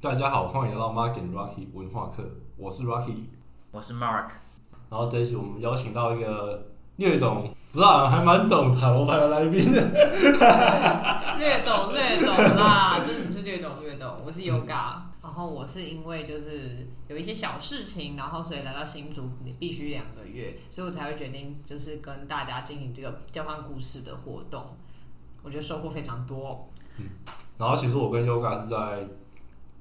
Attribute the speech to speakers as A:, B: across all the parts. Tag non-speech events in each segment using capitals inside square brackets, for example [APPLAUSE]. A: 大家好，欢迎来到 Mark and Rocky 文化课，我是 Rocky。
B: 我是 Mark，
A: 然后这一期我们邀请到一个略懂，不知道还蛮懂塔罗牌的来宾， [LAUGHS]
C: 略懂略懂啦，这只是略懂略懂。我是 Yoga，然 [LAUGHS] 后我是因为就是有一些小事情，然后所以来到新竹必须两个月，所以我才会决定就是跟大家进行这个交换故事的活动。我觉得收获非常多。
A: 然后其实我跟 Yoga 是在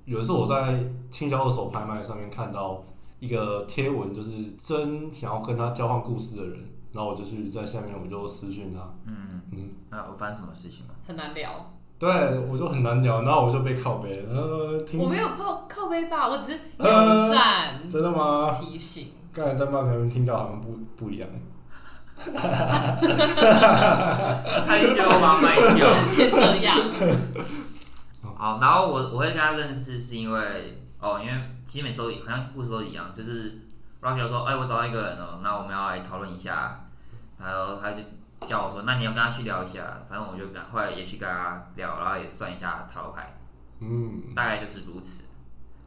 A: 有一次我在青椒二手拍卖上面看到一个贴文，就是真想要跟他交换故事的人，然后我就去在下面我就私讯他，
B: 嗯，
A: 嗯，
B: 那我发生什么事情
C: [LAUGHS]
B: 了？
C: 很难聊，
A: 对我就很难聊，然后我就被靠背了，呃，听
C: 我没有靠靠背吧，我只是友善
A: 真的吗？
C: 提醒。
A: 刚才在骂别人听到好像不不一样，
B: 哎呦妈妈
C: [LAUGHS]
B: 呦！
C: 先这样，
B: 好，然后我我会跟他认识是因为哦，因为其实每次都好像故事都一样，就是 Rocky 就说，哎，我找到一个人哦，那我们要来讨论一下，然后他就叫我说，那你要跟他去聊一下，反正我就跟后来也去跟他聊，然后也算一下塔罗牌，
A: 嗯，
B: 大概就是如此。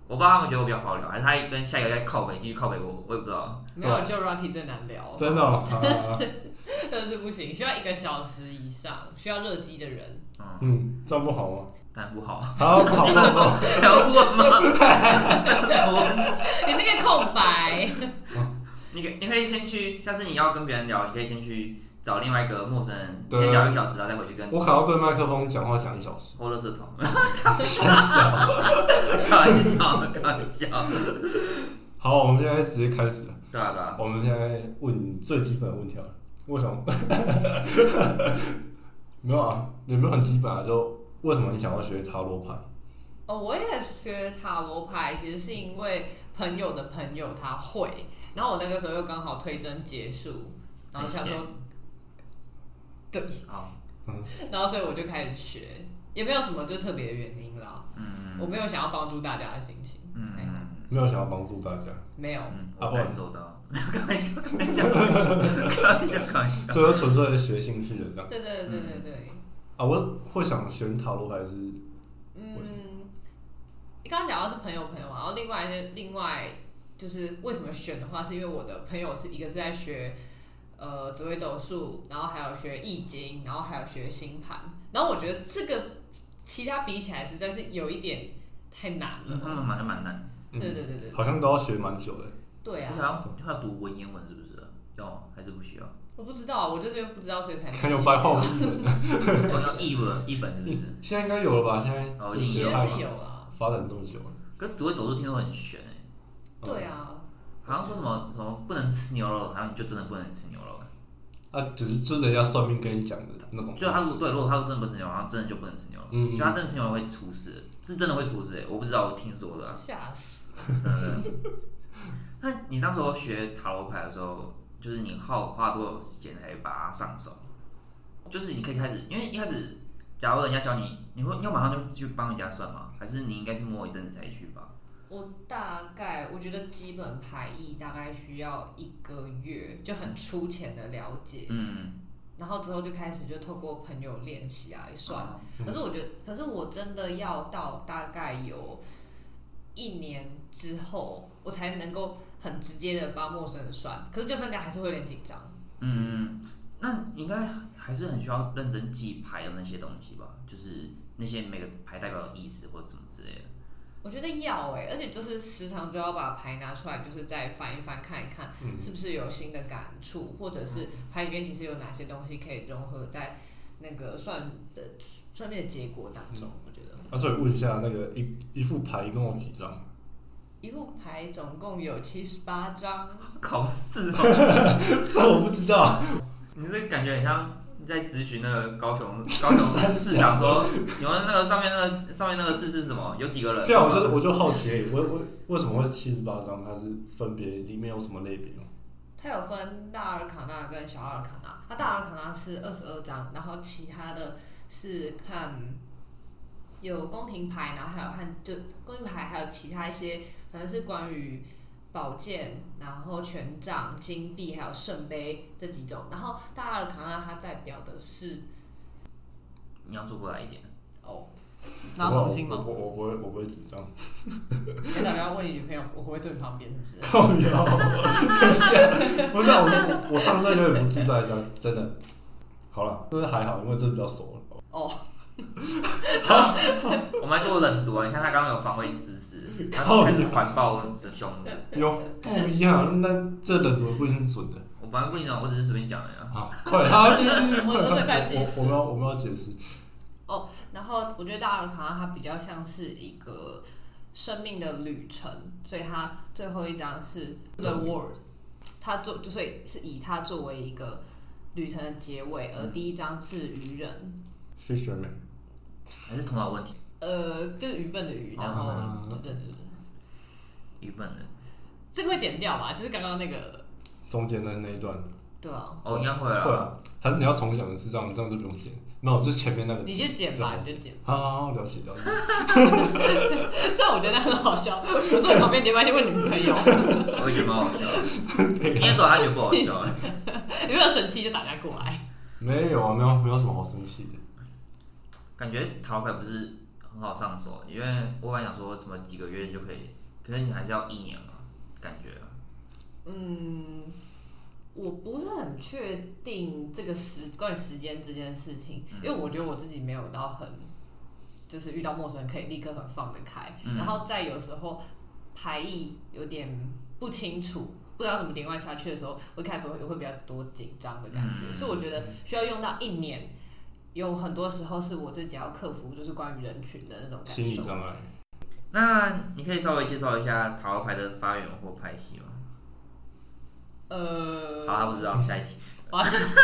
B: 我不知道他们觉得我比较好聊，还是他跟下一个在靠北继续靠北我，我也不知道。
C: 没有就 Rocky 最难聊，
A: 真的、哦，啊
C: 真的是不行，需要一个小时以上，需要热机的人。 [LAUGHS]
B: 嗯，
A: 嗯，这样不好吗？
B: 但不好， [LAUGHS]
A: 好，不好，不好，不好，
B: 聊过吗？ [LAUGHS] 我
C: 你那个空白，
B: 你可你可以先去，下次你要跟别人聊，你可以先去找另外一个陌生人，
A: 对啊
B: 先聊一个小时，然后再回去跟
A: 我可能要对麦克风讲话讲一小时，
B: 欧乐 [LAUGHS] 社团。
A: 啊
B: 开玩笑，开玩笑。
A: 好，我们现在直接开始，
B: 对啊，对啊。
A: 我们现在问最基本的问题好了，为什么？ [LAUGHS] 没有啊，也没有很基本啊，就为什么你想要学塔罗牌？
C: 哦，我也学塔罗牌，其实是因为朋友的朋友他会，然后我那个时候又刚好推甄结束，然后想说，对，
B: 好，
C: [LAUGHS] 然后所以我就开始学，也没有什么就特别的原因啦，
B: 嗯
C: 我没有想要帮助大家的心情，
B: 嗯
C: 还好
B: 嗯
A: 没有想要帮助大家，
C: 没有，
B: 嗯，
A: 啊
B: 我
A: 不
B: 感受到。 [LAUGHS] 开玩笑，开玩笑，开玩笑，开玩笑。
A: 所以就纯粹学兴趣的这样
C: 对对对对对，
A: 啊。我会想选塔罗牌是，为什
C: 嗯，你刚刚讲到是朋友朋友嘛，然后另外一些另外就是为什么选的话，是因为我的朋友是一个是在学呃紫微斗数，然后还有学易经，然后还有学星盘，然后我觉得这个其他比起来实在是有一点太难了。
B: 嗯他们蛮的蛮难，
A: 嗯
C: 对对对对
A: 好像都要学蛮久的。
C: 对
B: 我
C: 啊，
B: 想要要读文言文是不是？要吗还是不需要？ [LAUGHS]
C: 我不知道，我就是因为不知道所以才没
A: 看有
C: 有
A: 白话文译本，
B: 我要译文译本是不是？
A: 现在应该有了吧？现在
B: 哦
A: 这
B: 应
C: 应
A: 学
B: 该
C: 该
A: 派
C: 是
A: 嘛
C: 有啊。
A: 发展这么久了，
B: 可是紫微斗数听说很玄欸
A: 嗯
C: 对啊，
B: 好像说什么什么不能吃牛肉，好像你就真的不能吃牛肉。
A: 啊，只是就是人家算命跟你讲的那种，
B: 就他如果对，如果他真的不吃牛肉，他真的就不能吃牛肉。
A: 嗯
B: 就他真的吃牛肉会出事，是真的会出事、欸。我不知道，我听说
A: 嗯
B: 的啊、
C: 吓死！
B: 真的。
A: [LAUGHS]
B: 那你那时候学塔罗牌的时候，就是你耗花多久时间才把它上手？就是你可以开始，因为一开始，假如人家教你，你会你会马上就去帮人家算吗？还是你应该是摸一阵子才去吧？
C: 我大概我觉得基本排异大概需要一个月，就很粗浅的了解。
B: 嗯，
C: 然后之后就开始就透过朋友练习来算。
B: 了。
C: 可是我觉得，可是我真的要到大概有一年之后，我才能够很直接的帮陌生人算。可是就算这样，还是会有点紧张。
B: 嗯，那你应该还是很需要认真记牌的那些东西吧？就是那些每个牌代表的意思或者什么之类的。
C: 我觉得要哎、而且就是时常就要把牌拿出来，就是再翻一翻看一看，
A: 嗯
C: 是不是有新的感触，或者是牌里面其实有哪些东西可以融合在那个算的算命的结果当中。我觉得
A: 啊，所以问一下那个一一副牌一共有几张？
C: 一副牌总共有七十八张。
B: 考试哦，
A: [LAUGHS] 这我不知道。
B: 你这感觉很像你在咨询那个高雄高雄市长说，你们那个上面那个上面那个市是什么？有几个人？
A: 对啊，我就我就好奇而已，我我为什么会七十八张？它是分别里面有什么类别吗？
C: 它有分大阿尔卡纳跟小阿尔卡纳，它大阿尔卡纳是二十二张，然后其他的是看有宫廷牌，然后还有看就宫廷牌，还有其他一些，反正是关于宝剑，然后权杖、金币还有圣杯这几种。然后大阿尔卡纳它代表的是
B: 你要坐过来一点， [LAUGHS]
C: 哦，然后重新
A: 我
C: 吗？哎
A: 我我不会我不会紧张，
C: 你打电话问你女朋友，我会不会坐你旁边是不
A: [LAUGHS]
C: 是？
A: 靠腰，等一下不是啊，我就我上阵有点不自在，这样真的。好了，这还好，因为这比较熟了。 [LAUGHS] 啊
C: 哦，
B: 我们还做冷读啊，你看他刚刚有防卫姿势，他
A: 靠
B: 开始环抱师兄。
A: 有不一样，那这冷读不一定准的。
B: 我本来不一啊定，我只是随便讲的呀。
A: 好，快，好，继续继续，
C: [LAUGHS] 我真的快
A: 快，我我们要我们要解释。
C: 然后我觉得大尔卡纳它比较像是一个生命的旅程，所以它最后一张是 The World，它做就所以是以它作为一个旅程的结尾，而第一张是愚人，
A: Fisherman，
B: 还是头脑问题，
C: 呃，就是愚笨的愚，然后
A: 啊
C: 对对对对，
B: 愚笨的。
C: 这个会剪掉吧？就是刚刚那个，
A: 中间的那一段，
C: 对啊，
B: 哦，应该会
A: 会
B: 啦。
A: 啊，还是你要重讲一次，这样这样就不用剪。没有，就是前面那个。
C: 你就剪吧，你就剪。
A: 好好好了解了解。
C: 虽然我觉得很好笑，我坐你旁边，你要不要去问你女朋友？ [LAUGHS]
B: 我也觉得蛮好笑的。你也走，他觉得不好笑哎。
C: 你如果生气就打架过来。
A: 没有啊，没有没有什么好生气的。
B: 感觉塔罗牌不是很好上手，因为我本来想说什么几个月就可以，可是你还是要一年嘛，感觉啊。
C: 嗯，我不是很确定这个时关于时间这件事情，
B: 嗯
C: 因为我觉得我自己没有到很，就是遇到陌生人可以立刻很放得开，
B: 嗯
C: 然后再有时候排意有点不清楚。不知道怎么连贯下去的时候，我一开始会会比较多紧张的感觉，
B: 嗯
C: 所以我觉得需要用到一年，有很多时候是我自己要克服，就是关于人群的那种感
A: 心理
C: 受。
A: 障碍，
B: 那你可以稍微介绍一下塔罗牌的发源或派系吗？
C: 呃，
B: 好，他不知道，下一题。
C: 我要气死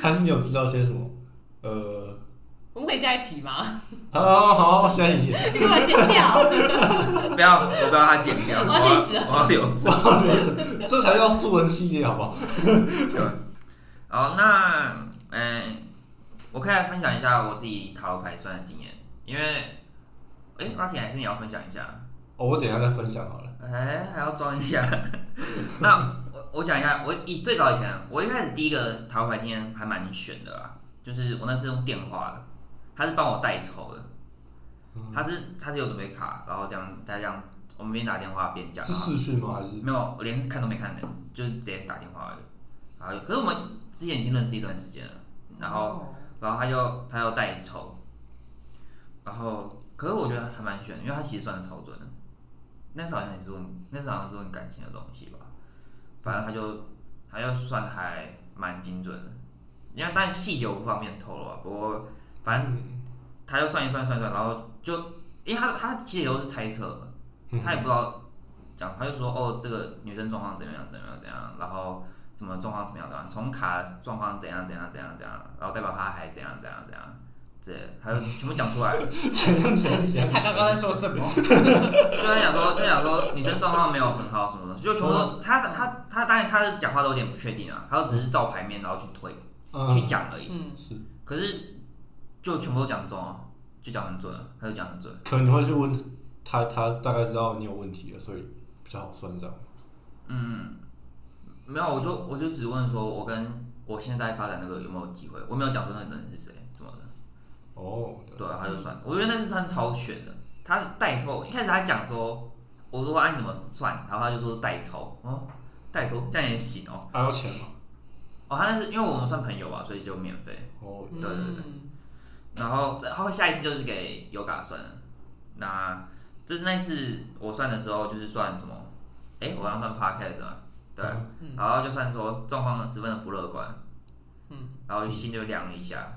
A: 还是你有知道些什么？呃，
C: 我们可以下一题吗？
B: [LAUGHS]
A: 好好好，下一题。
C: 你给我剪掉。
B: 不要，我不要他剪掉，
C: 我
B: 我
C: 要气死
B: 要我要留
A: [LAUGHS]
B: 住。
A: 这才叫素人系列，好不好？
B: 好，那嗯、我可以来分享一下我自己塔罗牌算的经验，因为，哎、r o c k y 还是你要分享一下。
A: 哦，我等一下再分享好了。
B: 哎，还要装一下。 [LAUGHS] 那我我讲一下，我以最早以前，我一开始第一个塔罗牌经验还蛮选的啦，就是我那是用电话的，他是帮我代抽的，他是他是有准备卡，然后这样他这样我们边打电话边讲啊
A: 是，视讯吗？还是
B: 没有，我连看都没看的，就是直接打电话而已。然后可是我们之前已经认识一段时间了，然后然后他就他要代抽，然后可是我觉得还蛮悬，因为他其实算的超准的。那时候好像也是问，那时候好像是问感情的东西吧，反正他就他就算的还蛮精准的，因为但细节我不方便透露啊。不过反正他就算一算算一算，然后就因为他他其实都是猜测，他也不知道讲，他就说哦，这个女生状况怎么样怎么样怎么样，然后怎么状况怎么样怎么样，从卡状况怎样怎样怎样怎样，然后代表他还怎样怎样怎样，这他就全部讲出来了。
A: 怎样怎样怎样？
C: 他刚刚在说
B: [LAUGHS]
C: 什么？
B: 就在讲说，就在讲说女生状况没有很好什么的，就全部都他他他当然他的讲话都有点不确定啊，他就只是照牌面然后去推去
A: 嗯，
B: 讲而已，
C: 嗯，
A: 是。
B: 可是就全部都讲中啊，就讲很准啊，他就讲很准。
A: 可能你会去问他，他大概知道你有问题了，所以比较好算账。
B: 嗯，没有，我就我就只问说，我跟我现在发展那个有没有机会？我没有讲说那个人是谁什么的。
A: 哦，了解
B: 对啊，他就算，我觉得那是算超选的。他代抽，一开始他讲说，我说按、啊、你怎么算，然后他就说代抽，哦，代抽这样也行哦。
A: 还要钱吗？
B: 哦，他那是因为我们算朋友吧，所以就免费。
A: 哦，
B: 对对对
C: 嗯
B: 然后再然后下一次就是给 Yoga 算了。那这是那次我算的时候，就是算什么？哎，我刚算 Podcast 嘛，对，
A: 嗯
B: 然后就算说状况十分的不乐观，嗯，然后心就凉了一下，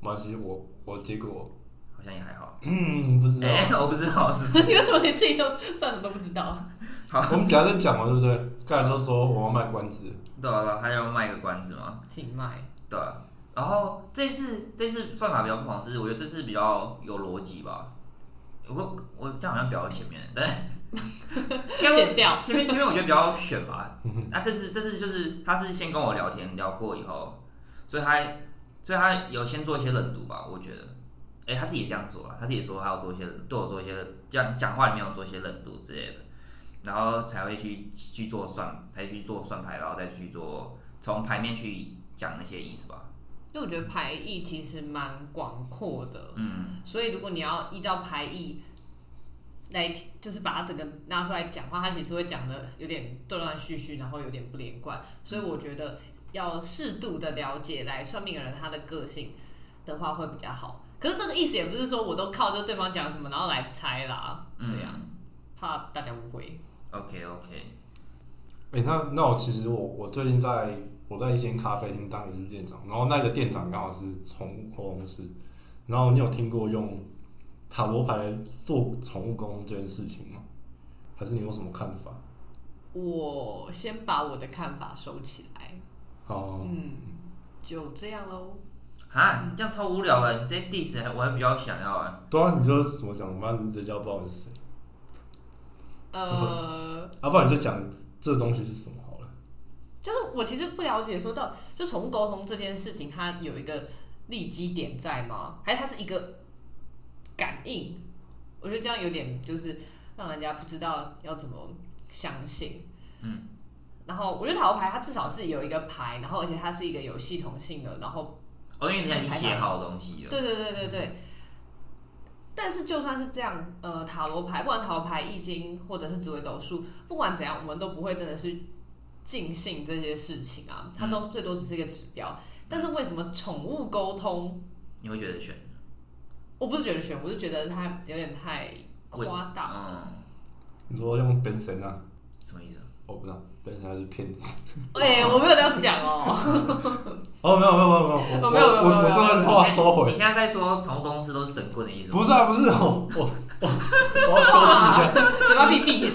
A: 没关系，我我结果
B: 好像也还好。
A: 嗯不知道。
B: 哎，我不知道是不是。
C: [LAUGHS] 你为什么连自己都算什么都不知道？
A: 我们假设讲完对不对？刚才都说我要卖关子，
B: 对啊，对啊他要卖个关子嘛，
C: 请卖。
B: 对啊。然后这次这次算法比较不同是，我觉得这次比较有逻辑吧。我我这样好像比较前面，但 [LAUGHS] 应该说
C: 剪掉。
B: 前面前面我觉得比较选吧，那、这次这次就是他是先跟我聊天聊过以后，所以他所以他有先做一些冷读吧，我觉得，哎、他自己也这样做了，他自己说他要做一些对我做一些讲讲话里面有做一些冷读之类的，然后才会去去做算，才去做算牌，然后再去做从牌面去讲那些意思吧，
C: 因为我觉得牌意其实蛮广阔的，
B: 嗯，
C: 所以如果你要依照牌意来，就是把它整个拿出来讲的话，它其实会讲的有点断断续续，然后有点不连贯。所以我觉得要适度的了解来算命的人他的个性的话会比较好。可是这个意思也不是说我都靠就对方讲什么然后来猜啦，
B: 嗯
C: 这样怕大家误会。
B: OK OK，
A: 哎、那那我其实我我最近在我在一间咖啡厅当人事店长，然后那个店长刚好是宠物沟通师，然后你有听过用塔罗牌做宠物沟通这件事情吗？还是你有什么看法？
C: 我先把我的看法收起来，
A: 哦、
C: 嗯，就这样喽。
B: 哈，你这样超无聊的，你这些 diss 还我还比较想要啊。
A: 对啊，你就怎么讲，反正人家不知道你是谁，
C: 呃，
A: 要、啊不然你就讲这东西是什么好了。
C: 就是我其实不了解，说到就宠物沟通这件事情，它有一个立基点在吗？还是它是一个感应？我觉得这样有点就是让人家不知道要怎么相信。
B: 嗯。
C: 然后我觉得塔罗牌它至少是有一个牌，然后而且它是一个有系统性的，然后
B: 哦，因为你已经写好东西了。
C: 对对对对对。但是就算是这样，呃，塔罗牌，不管塔罗牌、易经或者是紫微斗数，不管怎样，我们都不会真的是尽信这些事情啊，它都最多只是一个指标。但是为什么宠物沟通，
B: 你会觉得选，
C: 我不是觉得玄，我是觉得它有点太夸大了。
B: 嗯，
A: 你说用本神啊？
B: 什么意思啊？
A: 我不知道，本神还是骗子？
C: 哎、我没有这样讲哦。
A: 哦，没有没有没有没有，
C: 哦没有没有
A: 我
C: 没有
A: 我我
C: 没有
A: 这段话收
B: 你
A: 回，
B: 现在在说宠物公司都是神棍的意思吗？
A: 不是啊不是哦，我我我要休息一
C: [LAUGHS]
A: 下。
C: 嘴巴闭闭。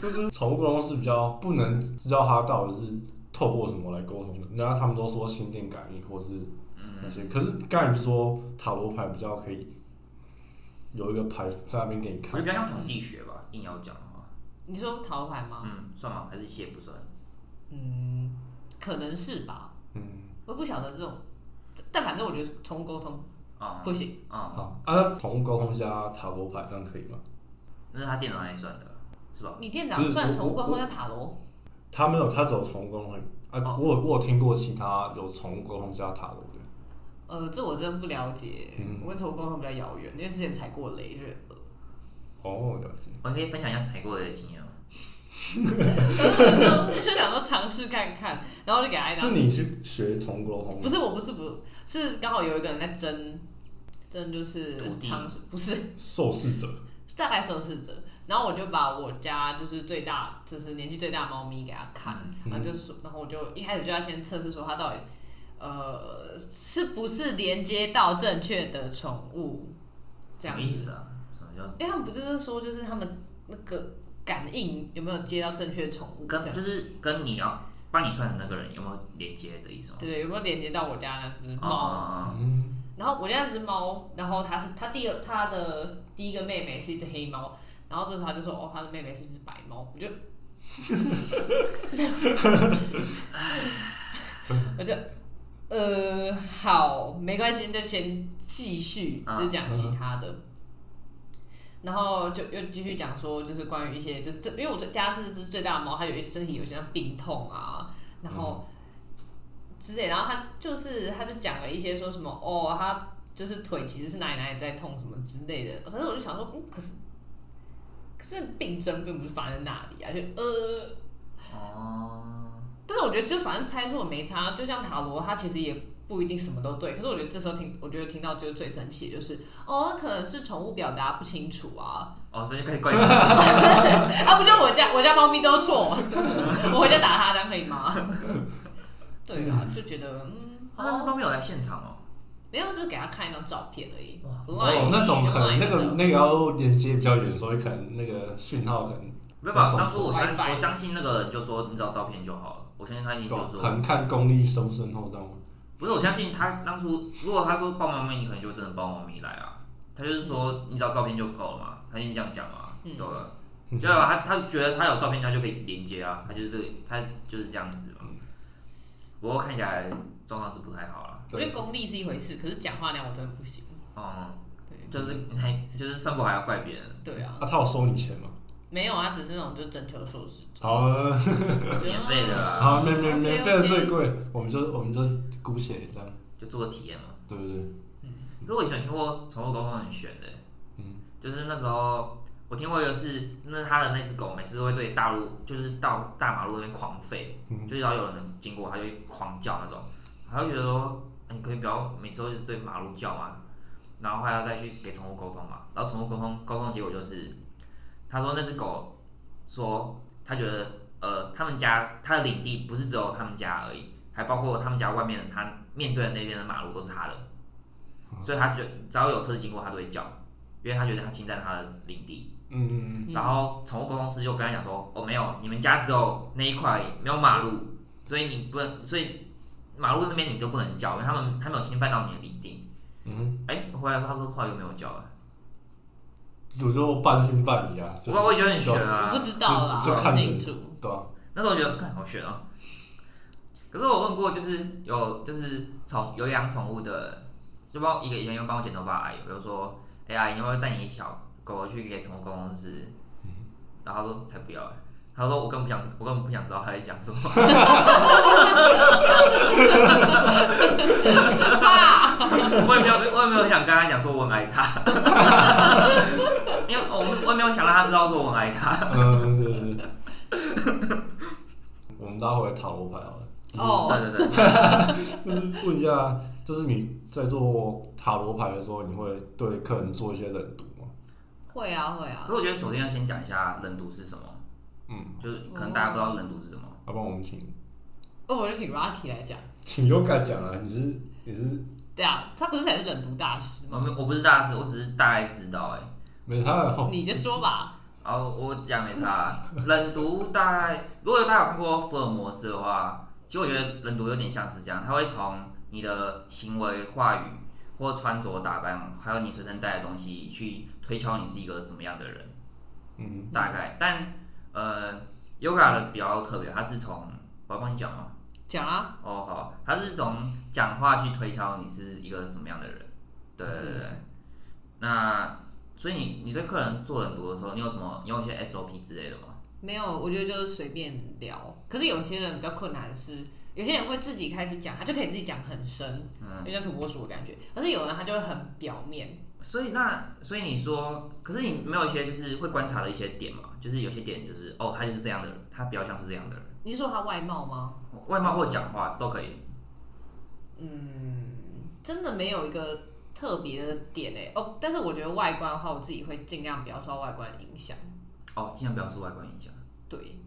A: 就是宠物沟通是比较不能知道它到底是透过什么来沟通的，然后他们都说心电感应或是那些，可是刚才你说塔罗牌比较可以有一个牌在那边给你
B: 我
A: 看
B: 觉得比，较像统计学吧，硬要讲的话，
C: 你说塔罗牌吗？
B: 嗯，算吗？还是写不算？
C: 嗯，可能是吧。
A: 嗯，
C: 我不晓得这种，但反正我觉得宠物沟通
B: 啊、
C: 不行。
B: 啊、
A: 好，啊，那宠物沟通加塔罗牌这样可以吗？
B: 那是他电脑来算的，是吧？
C: 你店长算宠物沟通叫塔罗，
A: 他没有，他只有宠物沟通而已啊
B: 哦，
A: 我有我有听过其他有宠物沟通加塔罗的，
C: 呃，这我真的不了解，
A: 嗯
C: 我跟宠物沟通比较遥远，因为之前踩过雷，就是 [LAUGHS]
A: 哦，了解，
B: 我可以分享一下采购的经验吗？
C: 呃就想说尝试看看，然后就给他一张
A: 是，你去学宠物沟通
C: 不
A: 吗，
C: 是我不是不是刚好有一个人在争争就是
B: 徒弟
C: 尝试，不是
A: 受试者，
C: 是大概受试者，然后我就把我家就是最大就是年纪最大的猫咪给他看，
A: 嗯
C: 然后就说，然后我就一开始就要先测试说它到底呃是不是连接到正确的宠物这
B: 什
C: 样
B: 么
C: 子
B: 意。思啊？什么叫
C: 因为他们不就是说，就是他们那个感应有没有接到正确的宠物，这
B: 跟
C: 样
B: 就是跟你要帮你算的那个人有没有连接的意思吗？
C: 对对，有没有连接到我家那只
B: 啊
C: 猫？
B: 啊
A: 嗯，
C: 然后我家那只猫，然后它是它第二它的第一个妹妹是一只黑猫，然后这时候他就说哦，他的妹妹是一只白猫，我就，我就呃好，没关系，就先继续
B: 啊
C: 就讲其他的。然后就又继续讲说，就是关于一些，就是这，因为我家这只最大的猫，它有一些身体有一些像病痛啊，然后之类，然后他就是他就讲了一些说什么哦，他就是腿其实是哪里哪里在痛什么之类的，可是我就想说，嗯，可是可是病症并不是发生在哪里啊，就呃，
B: 哦，
C: 但是我觉得就反正猜出我没差，就像塔罗，它其实也不一定什么都对，可是我觉得这时候听，我觉得听到就是最生气的就是哦，可能是宠物表达不清楚啊，
B: 哦，所以就开始怪兽。
C: 啊，不就我家我家猫咪都错，我回家打它，这样可以吗？对啊，就觉得嗯，
B: 啊，那是猫咪有来现场哦。
C: 没有，就是给他看一张照片而已。
B: 哇
A: 哦，那种可能那个
C: Line 的
A: 那个要连接比较远，所以可能那个讯号可能
B: 没有吧？当初我相
C: WiFi
B: 我相信那个人就说你只要照片就好了，我相信他一定就
A: 对，啊可
B: 说
A: 能看功力收身后这样吗。
B: 不是，我相信他当初如果他说抱猫咪，你可能就真的抱猫咪来啊。他就是说你只要照片就够了嘛，他已经这样讲嘛，
C: 嗯
B: 对吧？
A: 嗯
B: 对吧？他他觉得他有照片，他就可以连接啊，他就是这个，他就是这样子嘛。不过看起来状况是不太好了，
C: 我觉得
A: 对，
C: 功力是一回事，可是讲话量我真的不行。
B: 嗯，
C: 对
B: 哎就是还就是算不好还要怪别人，
C: 对啊，
A: 啊，他有收你钱吗？
C: 没有啊，只是那种就征求数值，
A: 好了，
B: 免费的啊
A: 好，免免免费的最贵，我们就我们就姑且这样，
B: 就做个体验嘛。
A: 对不对？
B: 可是我以前有听过宠物沟通很玄的、
A: 嗯，
B: 就是那时候我听过一个是，那他的那只狗每次都会对大路，就是到大马路那边狂吠，
A: 嗯
B: 就只要有人经过，它就会狂叫那种，他就觉得说，啊你可以不要每次都是对马路叫嘛，然后还要再去给宠物沟通嘛，然后宠物沟通沟通的结果就是，他说那只狗说他觉得呃他们家他的领地不是只有他们家而已，还包括他们家外面他面对的那边的马路都是他的。所以他就只要有车子经过，他都会叫，因为他觉得他侵占了他的领地。
A: 嗯嗯
C: 嗯
B: 然后宠物沟通师就跟他讲说：“哦，没有，你们家只有那一块而已没有马路，所以你不能，所以马路那边你都不能叫，因为他们他们有侵犯到你的领地。
A: 嗯，”
B: 哎，我回来他说话又没有叫了，
A: 我就半信半疑啊，就
B: 我我也觉得很悬
C: 我
B: 啊
C: 不。知道啦，
A: 就就
C: 不
A: 看
C: 清
A: 人
C: 楚。
A: 对啊，
B: 那时候我觉得看好悬哦。可是我问过，就是有就是宠有养宠物的，就帮我一个以前有帮我剪头发的阿姨，我就说：“哎、阿姨，你要不要带你小狗去给宠物沟通师？”然后他说：“才不要、欸。”他说：“我根本不想，我根本不想知道他在讲什么。 [LAUGHS]
C: 怕
B: 我也没有，我也没有想跟他讲说我很爱他， [LAUGHS] 因为我们我也没有想让他知道说我很爱他。
A: 嗯，对对对。我们待会来塔罗牌好了，
C: 哦，
B: 对对对，
A: 就是问一下，就是你在做塔罗牌的时候，你会对客人做一些冷读吗？
C: 会啊会啊
B: 可，是我觉得首先要先讲一下冷读是什么，
A: 嗯，
B: 就是可能大家不知道冷读是什么。”
A: 要不然我们请
C: 那哦我就请 Rocky 来讲。
A: 请优感讲啊，你是你是
C: 对啊，他不是才是冷读大师
B: 我
C: 吗？
B: 没我不是大师，我只是大概知道哎、
A: 没他然后
C: 你就说吧。
B: 然后我讲没差啊，冷读大概如果大家有看过福尔摩斯的话，其实我觉得冷读有点像是这样，他会从你的行为、话语或穿着打扮，还有你随身带的东西去推敲你是一个什么样的人，
A: 嗯
B: 大概。但呃，Yoga 的比较特别，它是从我要帮你讲吗？
C: 讲啊，
B: 哦，好，他是从讲话去推敲你是一个什么样的人，对对对对。那所以你你对客人做很多的时候，你有什么你有一些 SOP 之类的吗？
C: 没有，我觉得就是随便聊。可是有些人比较困难的是，有些人会自己开始讲，他就可以自己讲很深，
B: 嗯，
C: 有点像土拨鼠的感觉。可是有人他就会很表面，
B: 所以那所以你说，可是你没有一些就是会观察的一些点嘛？就是有些点就是哦，他就是这样的人，他比较像是这样的人，
C: 你是说他外貌吗？
B: 哦外貌或讲话都可以。
C: 真的没有一个特别的点诶、哦，但是我觉得外观的话，我自己会尽量不要受外观影响。
B: 哦，尽量不要受外观影响。
C: 对，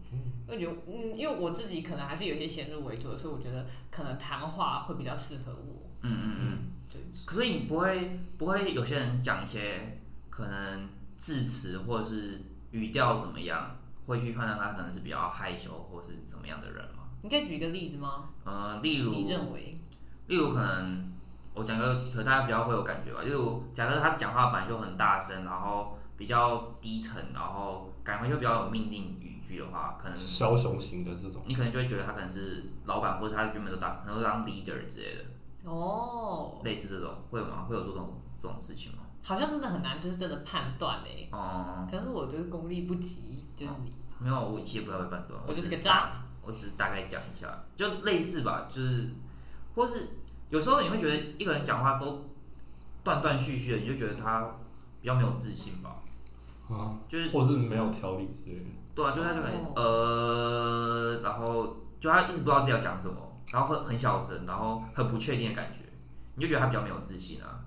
C: 我觉得嗯，因为我自己可能还是有些先入为主的，所以我觉得可能谈话会比较适合我。
B: 嗯嗯嗯。
C: 对，
B: 所以你不会不会有些人讲一些可能字词或者是语调怎么样，会去判断他可能是比较害羞或是怎么样的人嘛？
C: 你可以举一个例子吗？
B: 呃，例如
C: 你认为？
B: 例如可能我讲个可能大家比较会有感觉吧，例如假设他讲话本来就很大声，然后比较低沉，然后感觉就比较有命令语句的话，可能
A: 枭雄型的这种，
B: 你可能就会觉得他可能是老板或者他原本都当可能都当 leader 之类的，
C: 哦，
B: 类似这种会有吗？会有这种这种事情吗？
C: 好像真的很难，就是真的判断欸诶、
B: 哦、
C: 可是我就是功力不及，就是 [LAUGHS] 你，
B: 没有，我其实不太会判断，
C: 我就是个
B: 只
C: 渣
B: 大，我只是大概讲一下，就类似吧，就是或是有时候你会觉得一个人讲话都断断续续的，你就觉得他比较没有自信吧，
A: 啊，
B: 就是
A: 或是没有条理之类的，
B: 对啊，就他就很、
C: 哦
B: 呃，然后就他一直不知道自己要讲什么，然后很很小声，然后很不确定的感觉，你就觉得他比较没有自信啊。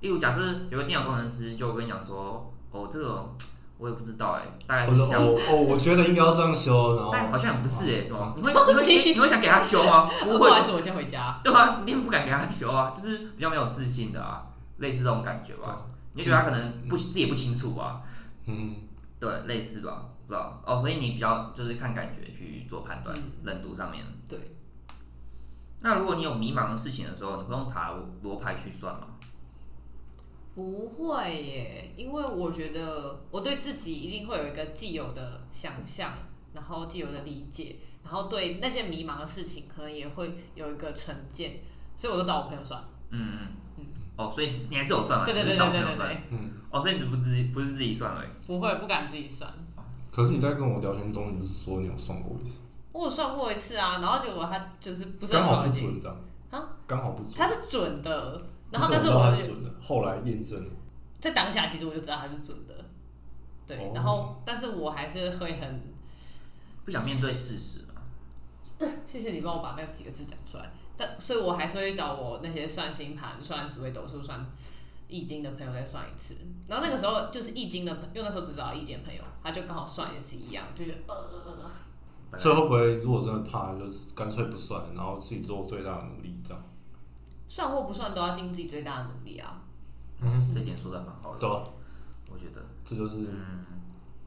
B: 例如，假设有个电脑工程师就跟你讲说，哦，这个我也不知道哎、大概
A: 或
B: 是
A: 者
B: 这样。
A: 哦哦，我觉得应该要这样修，啊然后
B: 但好像也不是哎、欸，什
C: 哦
B: 么？你会你会你会你会想给他修吗？不
C: 不
B: 会
C: 好，意思，我先回家。
B: 对啊，你也不敢给他修啊，就是比较没有自信的啊，类似这种感觉
C: 啊
B: 吧。你就觉得他可能不自己也不清楚吧，
A: 嗯，
B: 对，类似吧，不知道哦。所以你比较就是看感觉去做判断，
C: 嗯
B: 冷读上面。
C: 对。
B: 那如果你有迷茫的事情的时候，你会用塔罗牌去算吗？
C: 不会耶，因为我觉得我对自己一定会有一个既有的想象，然后既有的理解，然后对那些迷茫的事情，可能也会有一个成见，所以我都找我朋友算。
B: 嗯嗯嗯。哦，所以你还是有算嘛？
C: 对对
B: 只
C: 对
B: 是找朋
C: 对对
B: 友
C: 对
B: 算。
C: 对，
B: 哦，所以你只不自己不是自己算而已。
C: 不会不敢自己算。
A: 可是你在跟我聊天中，你不是说你有算过一次，
C: 我有算过一次啊，然后结果他就是不是
A: 刚
C: 很
A: 好不
C: 的结果，
A: 准这样
C: 啊？
A: 刚好不准。
C: 他是准的，然
A: 你
C: 后
A: 怎
C: 但
A: 么
C: 是
A: 知道
C: 我
A: 它是准的，后来验证了。
C: 在当下其实我就知道他是准的，对
A: 哦，
C: 然后但是我还是会很
B: 不想面对事实嘛。
C: 谢谢你帮我把那几个字讲出来。但所以，我还是会找我那些算星盘、算紫微斗数、算易经的朋友再算一次。然后那个时候就是易经的朋友，因为那时候只找到易经的朋友，他就刚好算也是一样，就觉得呃，
B: 本来
A: 所以会不会如果真的怕，就是干脆不算，然后自己做最大的努力这样？
C: 算或不算都要尽自己最大的努力啊。
B: 这点说的蛮
C: 哦
B: 好的，
A: 对啊，
B: 我觉得。
A: 这就是
B: 嗯，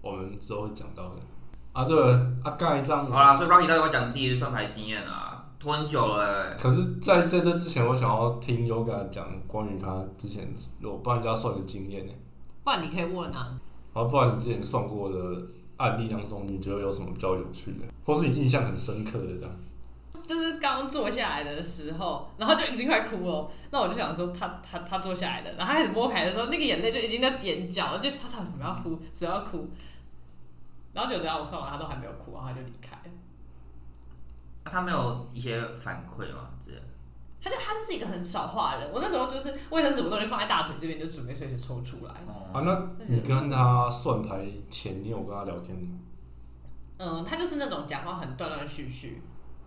A: 我们之后会讲到的。啊，对了，啊，盖这样
B: 好啦，所以 Rocky 到底要讲自己的算牌经验啊，拖很久了、欸。
A: 可是在，在这之前，我想要听 Yoga 讲关于他之前有帮人家算的经验呢。欸
C: 不然你可以问啊，
A: 然后，不然你之前算过的案例当中，你觉得有什么比较有趣的，或是你印象很深刻的这样？
C: 就是刚坐下来的时候，然后就已经快哭了。那我就想说他，他他坐下来了，然后开始摸牌的时候，那个眼泪就已经在眼角，就他到底什么要哭，什么要哭。然后就等到我算完，他都还没有哭，然后他就离开了。
B: 那、啊他没有一些反馈吗？之类的
C: 他就他就是一个很少话的人。我那时候就是卫生纸，我都是放在大腿这边，就准备随时抽出来。
A: 啊，那你跟他算牌前，你有跟他聊天吗？
C: 嗯，他就是那种讲话很断断续续，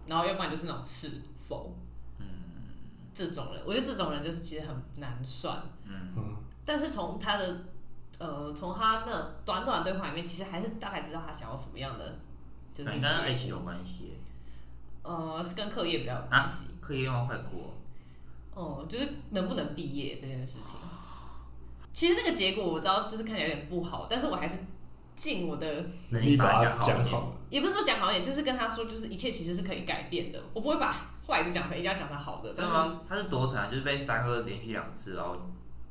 C: 然后要不然就是那种是否，嗯，这种人，我觉得这种人就是其实很难算。
A: 嗯，
C: 但是从他的呃，从他那短短的对话里面，其实还是大概知道他想要什么样的，就是
B: 那应该跟爱
C: 结
B: 情
C: 果
B: 有关系耶、
C: 呃，是跟课业比较有
B: 啊
C: 关系。，
B: 可以用到快过。
C: 哦、就是能不能毕业这件事情。其实那个结果我知道，就是看起来有点不好，但是我还是尽我的，
B: 那
A: 你
B: 你
A: 把
B: 把它
A: 它
B: 讲好
A: 讲
B: 一点
A: 好了。
C: 也不是说讲好一点，就是跟他说，就是一切其实是可以改变的。我不会把坏的讲成一定要讲成好的，
B: 真
C: 但
B: 的
C: 是
B: 吗？他是多惨，就是被三哥连续两次，然后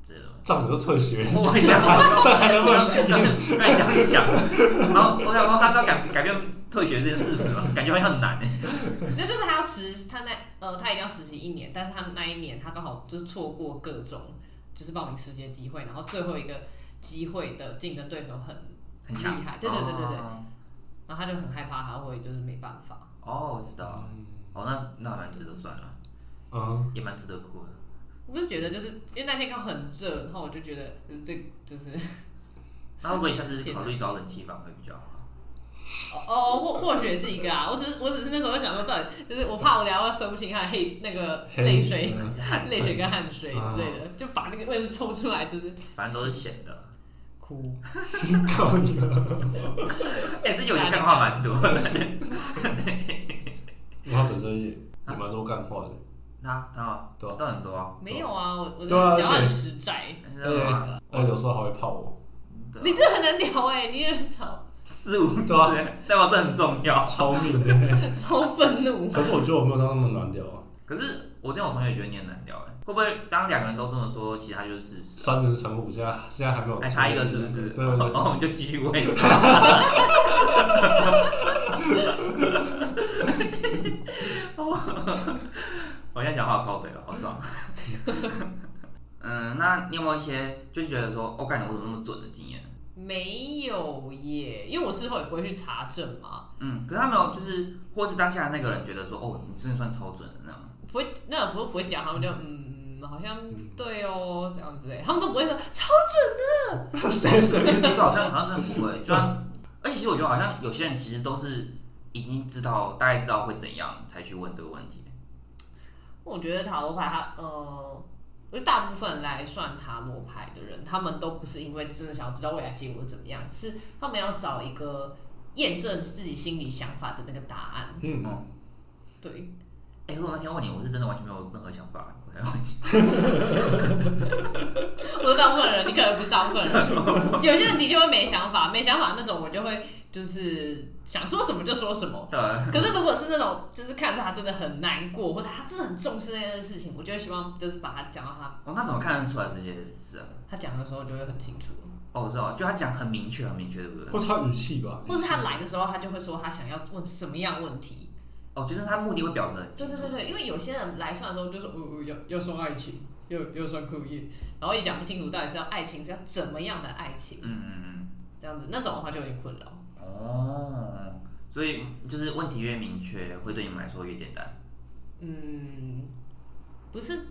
B: 这种。
A: 这样子就退
B: [LAUGHS]
A: 学，
B: 我也想，
A: [LAUGHS] 这样还能不能毕业？
B: 再想一想，然后我想说，他是要改改变退学这件事实嘛，感觉好像很难欸诶。
C: 那就是他要实，他那呃，他一定要实习一年，但是他那一年他刚好就是错过各种就是报名实习的机会，然后最后一个机会的竞争对手很，
B: 很强
C: 厉害对对对对对
B: 哦
C: 然后他就很害怕他会就是没办法。
B: 哦，我知道了。哦，那那还蛮值得算了，
A: 嗯，
B: 也蛮值得哭的。
C: 我就觉得就是因为那天刚好很热，然后我就觉得呃这就是
B: 那会不会下次考虑找冷气房会比较好？
C: 哦哦，或或许也是一个啊，我只是我只是那时候想说，到底就是我怕我聊会分不清他的黑那个泪水、
B: 还是汗
C: 泪
B: 水，
C: 水跟啊汗水之类的，就把那个位置抽出来，就是
B: 反正都是咸的。
C: 哭。
A: 靠你啊了！
B: 哎，这句我觉得干话蛮多的。
A: 因为他本身也也蛮多干话的，
B: 那很好，
A: 对啊
B: 都很多啊。
C: 没有啊，我我的
A: 对啊而且
C: 讲话很实在，
B: 真的吗
A: 而且有时候还会泡我，
B: 对
C: 你
B: 啊
C: 这很难聊哎、你也很吵，
B: 四五次
A: 对啊，
B: 代表这很重要。
A: 超命
C: [LAUGHS]
A: 的。
C: 超愤怒。
A: 可是我觉得我没有到那么难聊啊，
B: 可是我见我同学也觉得你很难聊哎、会不会当两个人都这么说，其实他就是事实？
A: 三人成虎，现在现在还没有。
B: 还差一个是不是？
A: 对
B: 然 [LAUGHS]
A: 对对。
B: 后我们就继续问。 [LAUGHS] 我现在讲话靠北了，哦好爽。 [LAUGHS] 嗯，那你有没有一些就是觉得说，我、哦、感觉我怎么那么准的经验？
C: 没有耶，因为我事后也不会去查证嘛，
B: 嗯，可是他没有，就是或是当下那个人觉得说，哦，你真的算超准的那样。
C: 不会，那不会不会讲，他们就嗯，好像对哦这样子哎，他们都不会说超
A: 谁谁？
B: 对，好像好像真的不会，就像，而且其实我觉得好像有些人其实都是已经知道大概知道会怎样才去问这个问题。
C: 我觉得塔罗牌它，呃，我觉得大部分来算塔罗牌的人，他们都不是因为真的想要知道未来结果怎么样，是他们要找一个验证自己心里想法的那个答案。
A: 嗯，
B: 哦
C: 对，
B: 哎、可是我那天问你，我是真的完全没有任何想法，我才问你。 [LAUGHS]
C: 我说大部分人，你可能不是大部分人，有些人的确会没想法，没想法那种，我就会就是想说什么就说什么。
B: 对啊，
C: 可是如果是那种就是看出他真的很难过，或者他真的很重视那件事情，我就会希望就是把他讲到他
B: 哦，那怎么看得出来这些事啊？
C: 他讲的时候就会很清楚。
B: 哦，我知道，就他讲很明确，很明确，对不对？
A: 或他语气吧，
C: 或是他来的时候，他就会说他想要问什么样问题。
B: 哦，就是他目的会表达得很
C: 对
B: 清
C: 对
B: 楚。
C: 对对，因为有些人来算的时候就说，哦、呃，要要算爱情，又又算课业，然后也讲不清楚到底是要爱情是要怎么样的爱情，
B: 嗯嗯
C: 这样子那种的话就有点困扰。
B: 嗯。哦，哦，所以就是问题越明确，会对你们来说越简单。
C: 嗯，不是，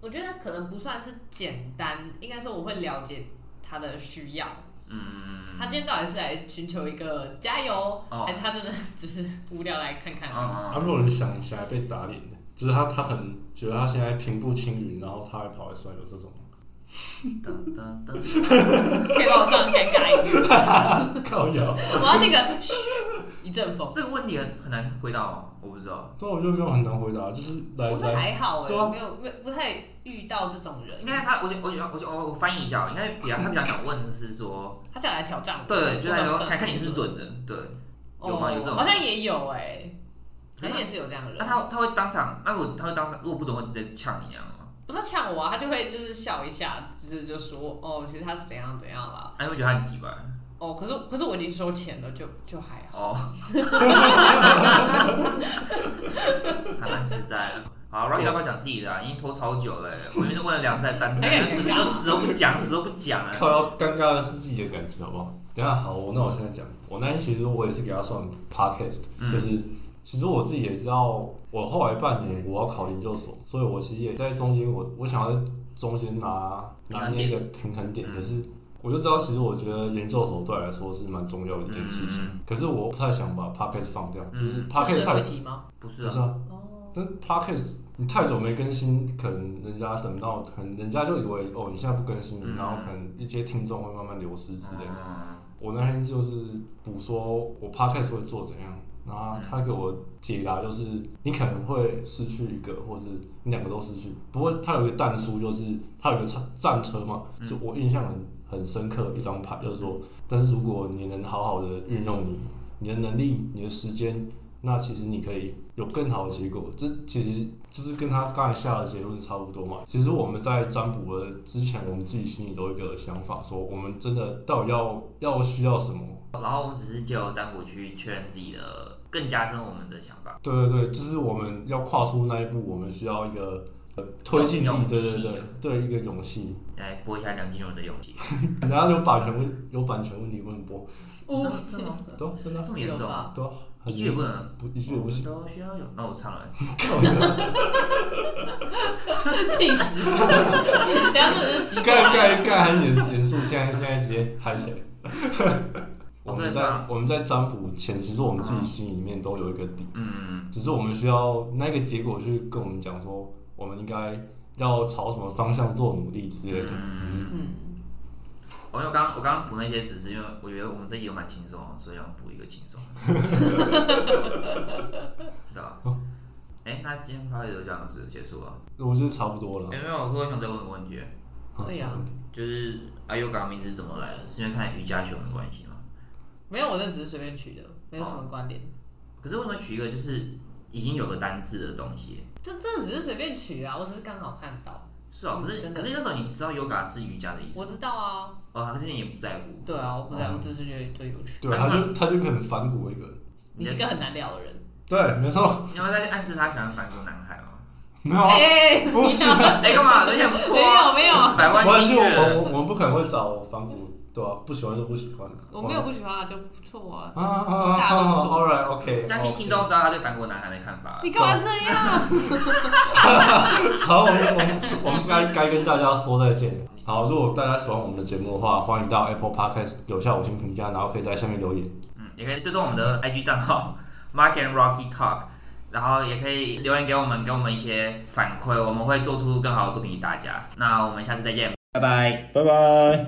C: 我觉得可能不算是简单，应该说我会了解他的需要。
B: 嗯，
C: 他今天到底是来寻求一个加油，
B: 哦
C: 还是他真的只是无聊来看看而已？
A: 他
B: 嗯
A: 们有人想起来被打脸的，就是他他很觉得他现在平步青云，然后他还跑来摔，有这种。 [LAUGHS]
B: 嗯，噔噔噔。
C: 可以把我撞得尴尬一点，
A: 靠腰，
C: 我要那个嘘一阵风。
B: 哦这个问题很很难回答哦，我不知道，
A: 对啊，我觉得没有很难回答，就是来
C: 我是
A: 来，
C: 还好哎、
A: 对啊
C: 没有没有不太遇到这种人
B: 应，该他，我觉我觉我觉我我翻译一下哦，应该比较他比较想问的是说，
C: 他想来挑战我。
B: 对，就是来
C: 我
B: 说
C: 很
B: 看看你是
C: 准
B: 不是准的，对。
C: 哦
B: 有吗有这种
C: 好像也有哎、好
B: 可是
C: 像
B: 他
C: 也是有这样的人。
B: 那他他会当场，那我他会当场，如果不准会直接呛你啊吗？
C: 不是呛我啊，他就会就是笑一下，只是就说哦，其实他是怎样怎样啦。
B: 那你会觉得他很奇怪
C: 哦，可是可是我已经收钱了，就就还好。
A: [LAUGHS]
B: 哦，还蛮实在的。好，Rocky 要不要讲自己的、啊？已经拖超久了、我就是问了两次还是三次，
C: 哎呀
B: 就是你就死都不讲，死都不讲啊。
A: 靠腰尴尬的是自己的感觉，好不好？等一下好，我那我现在讲，我那天其实我也是给他算 podcast，、
B: 嗯
A: 就是其实我自己也知道，我后来半年我要考研究所，所以我其实也在中间，我我想要在中间拿拿捏一个平衡点，
B: 嗯
A: 可是我就知道，其实我觉得研究所对我来说是蛮重要的一件事情，
B: 嗯
A: 可是我不太想把 podcast 放掉，
B: 嗯
A: 就是
C: 是
A: podcast
C: 最后
A: 太
C: 一集吗？
B: 不是
A: 不
B: 啊
A: 是，啊。
C: 哦，
A: 但 podcast 你太久没更新，可能人家等到，可能人家就以为哦，你现在不更新，
B: 嗯
A: 然后可能一些听众会慢慢流失之类的。
B: 嗯
A: 我那天就是补说，我 podcast 会做怎样，然后他给我解答就是，你可能会失去一个，或是你两个都失去。不过他有一个弹书，就是他有一个战战车嘛，
B: 嗯
A: 就我印象很很深刻一张牌，就是说，但是如果你能好好的运用你你的能力、你的时间，那其实你可以有更好的结果。这其实就是跟他刚才下的结论差不多嘛。其实我们在占卜的之前，我们自己心里都有一个想法，说我们真的到底要要需要什么。
B: 然后我们只是借由占卜去确认自己的，更加深我们的想法。
A: 对对对，就是我们要跨出那一步，我们需要一个。呃推进力，
B: 勇
A: 对
B: 气
A: 对对，对一个勇气，
B: 来播一下梁静茹的《勇气》
A: 人家有版权问，有版权问题问播，
B: 真
C: 哦
B: 的，真的吗
A: 对啊，真的啊
B: 这么严
C: 有
B: 重啊？
C: 吧
A: 对啊，很
B: 一句也不能，
A: 不一句也不行， [LAUGHS]
B: 我们都需要有。那我唱了，
C: 气死我！等一下这个是奇
A: 盖
C: 怪。
A: 盖盖很严严肃，现在现在直接嗨起来。我
B: 我跟
A: 们
B: 你
A: 在
B: 讲，
A: 我们在占卜前，其实我们自己心里面都有一个底，
B: 嗯，
A: 只是我们需要那个结果去跟我们讲说，我们应该要朝什么方向做努力之类的。
B: 嗯，
C: 嗯，
B: 我哦因为我刚我刚刚补那些，只是因为我觉得我们这集有蛮轻松的，所以想补一个轻松， [LAUGHS] 对吧？哎，那今天 p o 就这样子结束了。
A: 我觉得差不多了
C: 哦
B: 哎，。没有，我突然想再问个问题，
C: 对啊呀
B: 就是阿尤嘎名字是怎么来的？是因为看瑜伽球的关系吗？
C: 没有，我这只是随便取的，没有什么关联。
B: 可是为什么取一个就是已经有个单字的东西？
C: 这这只是随便取啊，我只是刚好看到。
B: 是哦，
C: 嗯
B: 可是
C: 真的
B: 可是那时候你知道 yoga 是瑜伽的意思
C: 我知道啊，
B: 哦，可是你也不在乎。
C: 对啊，我不在乎，这是觉得最有趣。
A: 对，他就他就很反骨一个人。
C: 你是一个很难聊的人。
A: 对，没错，
B: 你要在暗示他喜欢反骨男孩吗？
A: 没有啊，
C: 哎，
A: 不是啊，
B: 哎，干嘛？人家不错
C: 没
B: 啊，
C: 有没有，
B: 百
A: 没
B: 万
A: 关系，
B: 订
A: 我们
B: 阅。
A: 我我们不可能会找反骨，对吧？不喜欢就不喜欢。
C: 我没有不喜欢啊，就不错啊。
A: 啊啊啊
C: 大家都不喜欢
A: ！All right, OK。
B: 相信听众知道他对反骨男孩的看法了。
C: 你干嘛这样？
A: 好，我们我们我们该该跟大家说再见了。好，如果大家喜欢我们的节目的话，欢迎到 Apple Podcast 留下五星评价，然后可以在下面留言。
B: 嗯，也可以追踪我们的 IG 账号 Mark and Rocky Talk，然后也可以留言给我们，给我们一些反馈，我们会做出更好的作品给大家。那我们下次再见，拜拜。
A: 拜拜。